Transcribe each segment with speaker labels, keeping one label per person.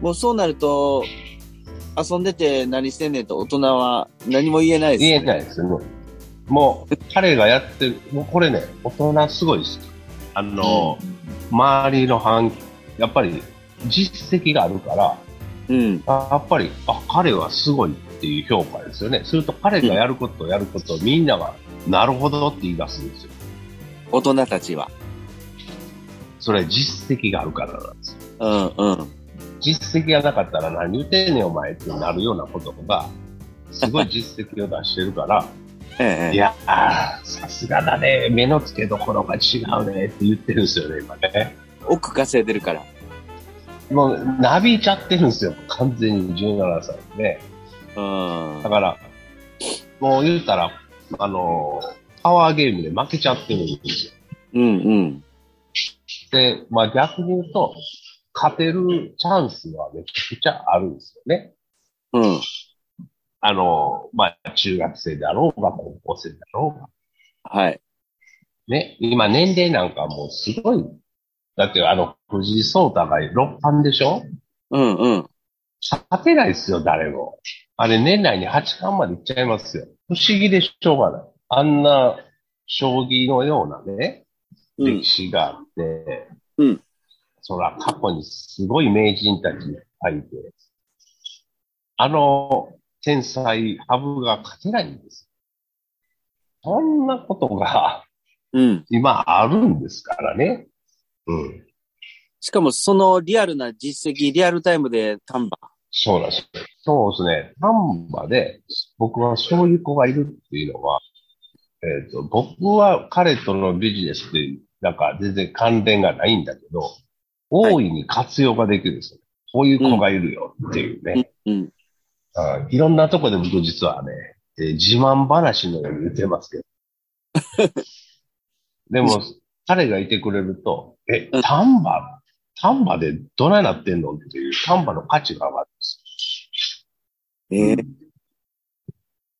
Speaker 1: もうそうなると、遊んでて何してんねんと大人は何も言えないです、ね。
Speaker 2: 言えないですね。もう、彼がやってる、もうこれね、大人すごいです。あの、周りの反、やっぱり実績があるから、
Speaker 1: うん。
Speaker 2: あやっぱり、あ、彼はすごいっていう評価ですよね。すると彼がやることをやることをみんなが、なるほどって言い出すんですよ。
Speaker 1: 大人たちは。
Speaker 2: それは実績があるからなんですよ。
Speaker 1: うんうん。
Speaker 2: 実績がなかったら何言ってんねんお前ってなるようなことが、すごい実績を出してるから、
Speaker 1: え
Speaker 2: い
Speaker 1: え。
Speaker 2: やー、さすがだね、目の付けどころが違うねって言ってるんですよね、今ね。
Speaker 1: 奥稼いでるから。
Speaker 2: もう、なびいちゃってるんですよ、完全に17歳で、
Speaker 1: うん
Speaker 2: だ。から、もう言うたら、あのーパワーゲームで負けちゃってるんですよ。
Speaker 1: うんうん。
Speaker 2: で、まあ逆に言うと、勝てるチャンスはめちゃくちゃあるんですよね。
Speaker 1: うん。
Speaker 2: あのーまあ中学生だろうが、高校生だろうが。
Speaker 1: はい。
Speaker 2: ね、今年齢なんかもうすごい。だってあの、藤井聡太が6冠でしょ
Speaker 1: うんうん。
Speaker 2: 勝てないですよ、誰も。あれ、年内に8冠までいっちゃいますよ。不思議でしょうがない。あんな、将棋のようなね、
Speaker 1: うん
Speaker 2: 歴史があって、
Speaker 1: うん
Speaker 2: そら、過去にすごい名人たちがいて、あの、天才、ハブが勝てないんです。そんなことが
Speaker 1: うん。
Speaker 2: 今あるんですからね。うん。
Speaker 1: しかもそのリアルな実績、リアルタイムで丹波。
Speaker 2: そうなんです。そうですね。丹波で、僕はそういう子がいるっていうのは、えっ、と、僕は彼とのビジネスっていう、なんか全然関連がないんだけど、
Speaker 1: い
Speaker 2: 大いに活用ができるんですよ。こういう子がいるよっていうね。
Speaker 1: うん。
Speaker 2: うんいろんなとこで僕実はね、えー自慢話のように言ってますけど。 でも、彼がいてくれると、え
Speaker 1: うん、
Speaker 2: 丹波、丹波でどないなってんのっていう、丹波の価値が上がるんですよ。
Speaker 1: ええ。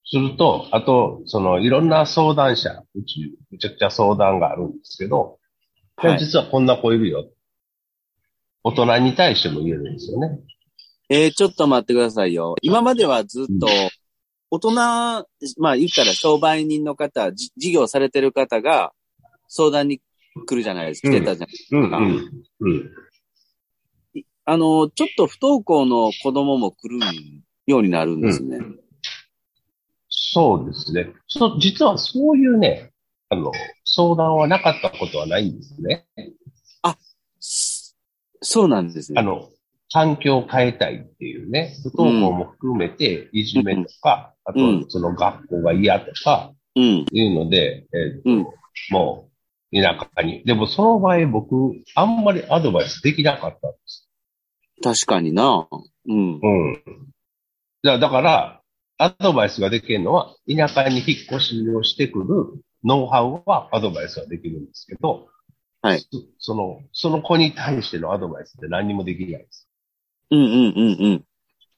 Speaker 2: すると、あと、その、いろんな相談者、うち、めちゃくちゃ相談があるんですけど、で
Speaker 1: はい、
Speaker 2: 実はこんな子いるよ。大人に対しても言えるんですよね。
Speaker 1: えー、ちょっと待ってくださいよ。今まではずっと、大人、まあ言ったら商売人の方、じ事業されてる方が相談に来るじゃないですか。
Speaker 2: う
Speaker 1: 来
Speaker 2: ん
Speaker 1: てたじゃないですか。
Speaker 2: うん、うん、うん。
Speaker 1: あの、ちょっと不登校の子供も来るようになるんですね。
Speaker 2: そうですね。そ実はそういうね、あの、相談はなかったことはないんですね。
Speaker 1: そそうなんですね。
Speaker 2: あの、環境を変えたいっていうね、不登校も含めて、いじめとか、あ
Speaker 1: う
Speaker 2: と
Speaker 1: ん、
Speaker 2: その学校が嫌とか、
Speaker 1: うん。
Speaker 2: いうので、えーっと
Speaker 1: うん
Speaker 2: もう田舎に。でもその場合僕、あんまりアドバイスできなかったんです。
Speaker 1: 確かにな。うん。
Speaker 2: うん。じゃあだから、アドバイスができるのは、田舎に引っ越しをしてくるノウハウはアドバイスはできるんですけど、
Speaker 1: はい
Speaker 2: そ。その、その子に対してのアドバイスって何にもできないです。
Speaker 1: うんうんうんうん。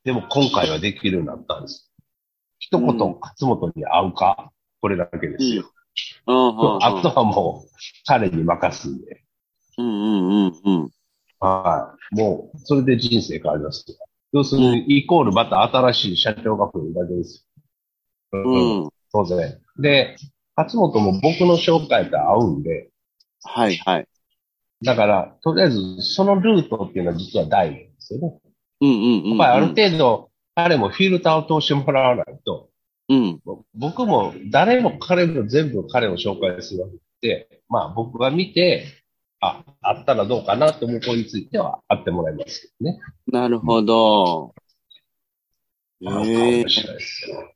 Speaker 2: でも今回はできるようになったんです。一言、
Speaker 1: うん
Speaker 2: 勝本に会うか、これだけですよ。
Speaker 1: うんうん
Speaker 2: あとはもう、彼に任すんで。
Speaker 1: うんうんうんうん。
Speaker 2: はい。もう、それで人生変わりますよ。要するに、イコールまた新しい社長が来るだけですよ。
Speaker 1: う
Speaker 2: うん。
Speaker 1: ん。
Speaker 2: 当然。で、勝本も僕の紹介と合うんで、
Speaker 1: はいはい。
Speaker 2: だから、とりあえず、そのルートっていうのは実は大事ですよね。
Speaker 1: うんうんうんうん。
Speaker 2: やっぱりある程度、彼もフィルターを通してもらわないと、
Speaker 1: うん。
Speaker 2: 僕も、誰も彼も全部彼を紹介するわけで、まあ僕が見て、あ、あったらどうかなと思う子については、あってもらいますけどね。
Speaker 1: なるほど。
Speaker 2: あの
Speaker 1: ええ
Speaker 2: かもしれないですよ。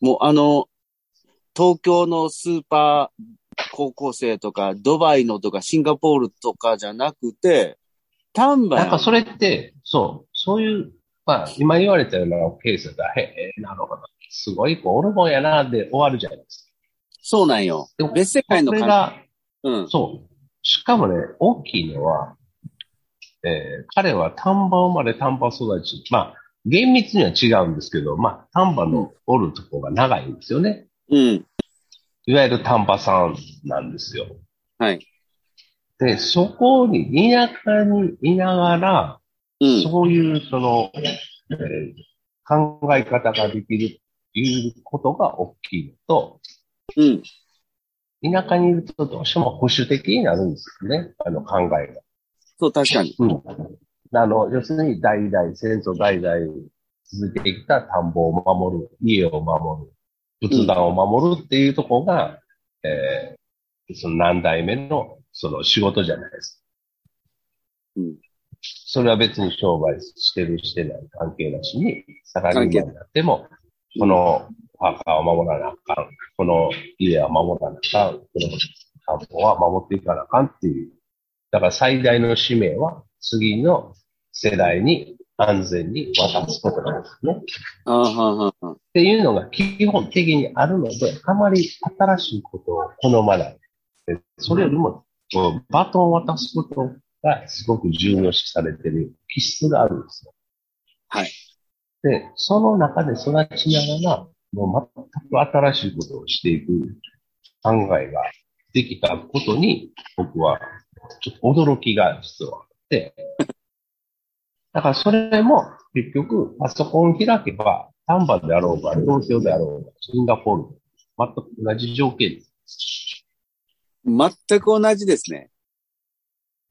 Speaker 1: もうあの、東京のスーパー高校生とか、ドバイのとか、シンガポールとかじゃなくて、丹波
Speaker 2: なんか
Speaker 1: や
Speaker 2: それって、そう、そういう、まあ、今言われたようなケースだったら、へえ、なるほど、すごい子おるもんやな、で終わるじゃないです
Speaker 1: そうなんよ
Speaker 2: でも。
Speaker 1: 別世
Speaker 2: か。
Speaker 1: 界の
Speaker 2: それ
Speaker 1: 感
Speaker 2: が、
Speaker 1: じ。うん。
Speaker 2: そう。しかもね、大きいのは、えー彼は丹波生まれ、丹波育ち。まあ、厳密には違うんですけど、まあ、丹波のおるとこが長いんですよね。
Speaker 1: うん。
Speaker 2: いわゆる丹波さんなんですよ。
Speaker 1: はい。
Speaker 2: で、そこに田舎にいながら、
Speaker 1: うん。
Speaker 2: そういう、その、えー考え方ができる、いうことが大きいのと、
Speaker 1: うん。
Speaker 2: 田舎にいるとどうしても保守的になるんですよね、あの考えが。
Speaker 1: そう、確かに。
Speaker 2: うん。あの、要するに代々、先祖代々続けてきた田んぼを守る、家を守る、仏壇を守るっていうところが、えーその何代目のその仕事じゃないです。
Speaker 1: うん。
Speaker 2: それは別に商売してるしてない関係なしに、サラリーマンになっても、このお墓を守らなあかん、この家は守らなあかん、この田んぼは守っていかなあかんっていう。だから最大の使命は次の世代に安全に渡すことなんですね。っ
Speaker 1: ああ、はんはんはん。
Speaker 2: ていうのが基本的にあるので、あまり新しいことを好まない。でそれよりも、こうバトンを渡すことがすごく重要視されている気質があるんですよ。
Speaker 1: はい。
Speaker 2: で、その中で育ちながら、もう全く新しいことをしていく考えができたことに、僕はちょっと驚きが実はあって、だからそれも結局パソコンを開けば、丹波であろうが、東京であろうが、シンガポールであろうが、全く同じ条件です。
Speaker 1: 全く同じですね。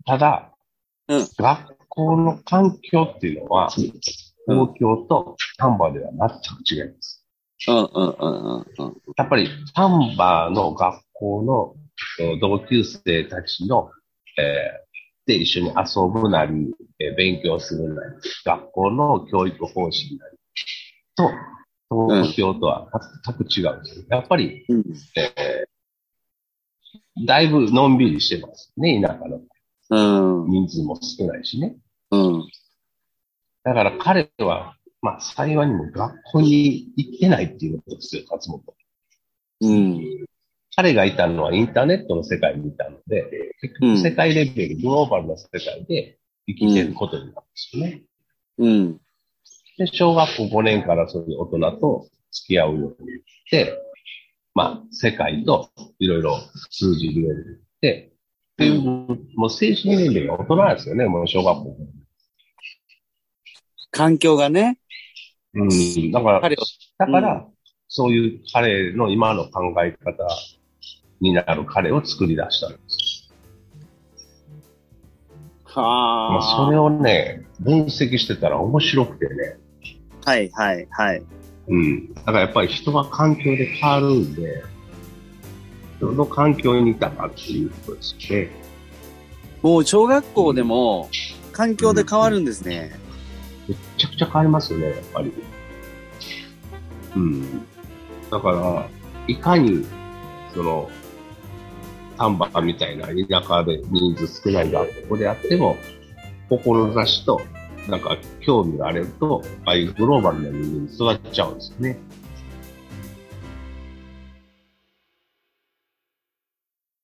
Speaker 2: ただ、
Speaker 1: うん
Speaker 2: 学校の環境っていうのは、東
Speaker 1: うん
Speaker 2: 京と丹波では全く違います。
Speaker 1: うんうんうんうんうん。
Speaker 2: やっぱりタンバーの学校のえー同級生たちの、えーで一緒に遊ぶなり、えー勉強するなり、学校の教育方針なりと、東京とは全く違うんです。やっぱり、
Speaker 1: うん。
Speaker 2: えーだいぶのんびりしてますね、田舎の
Speaker 1: うん。
Speaker 2: 人数も少ないしね。
Speaker 1: うん。
Speaker 2: だから彼は、まあ幸いにも学校に行ってないっていうことですよ、勝本。
Speaker 1: うん。
Speaker 2: 彼がいたのはインターネットの世界にいたので、結
Speaker 1: うん
Speaker 2: 局世界レベル、グローバルな世界で生きてることになるんですよね。
Speaker 1: うん。
Speaker 2: で、小学校5年からそういう大人と付き合うようになって、まあ、世界といろいろ通じるようになって、っていう、もう精神年齢が大人なんですよね、もう小学校。
Speaker 1: 環境がね。
Speaker 2: うん、だから、
Speaker 1: 彼を
Speaker 2: だから、そういう彼の今の考え方になる彼を作り出したんです。まあ、
Speaker 1: は
Speaker 2: それをね、分析してたら面白くてね。
Speaker 1: あ。はいはいはい。
Speaker 2: うん。だからやっぱり人は環境で変わるんで、どの環境にいたかっていうことですね。
Speaker 1: もう小学校でも環境で変わるんですね。
Speaker 2: めちゃくちゃ変わりますよね、やっぱり。うん。だから、いかに、その、丹波みたいな田舎で人数少ない学校であっても、志と、なんか興味があれると、ああいうグローバルな人間に育っちゃうんですよね。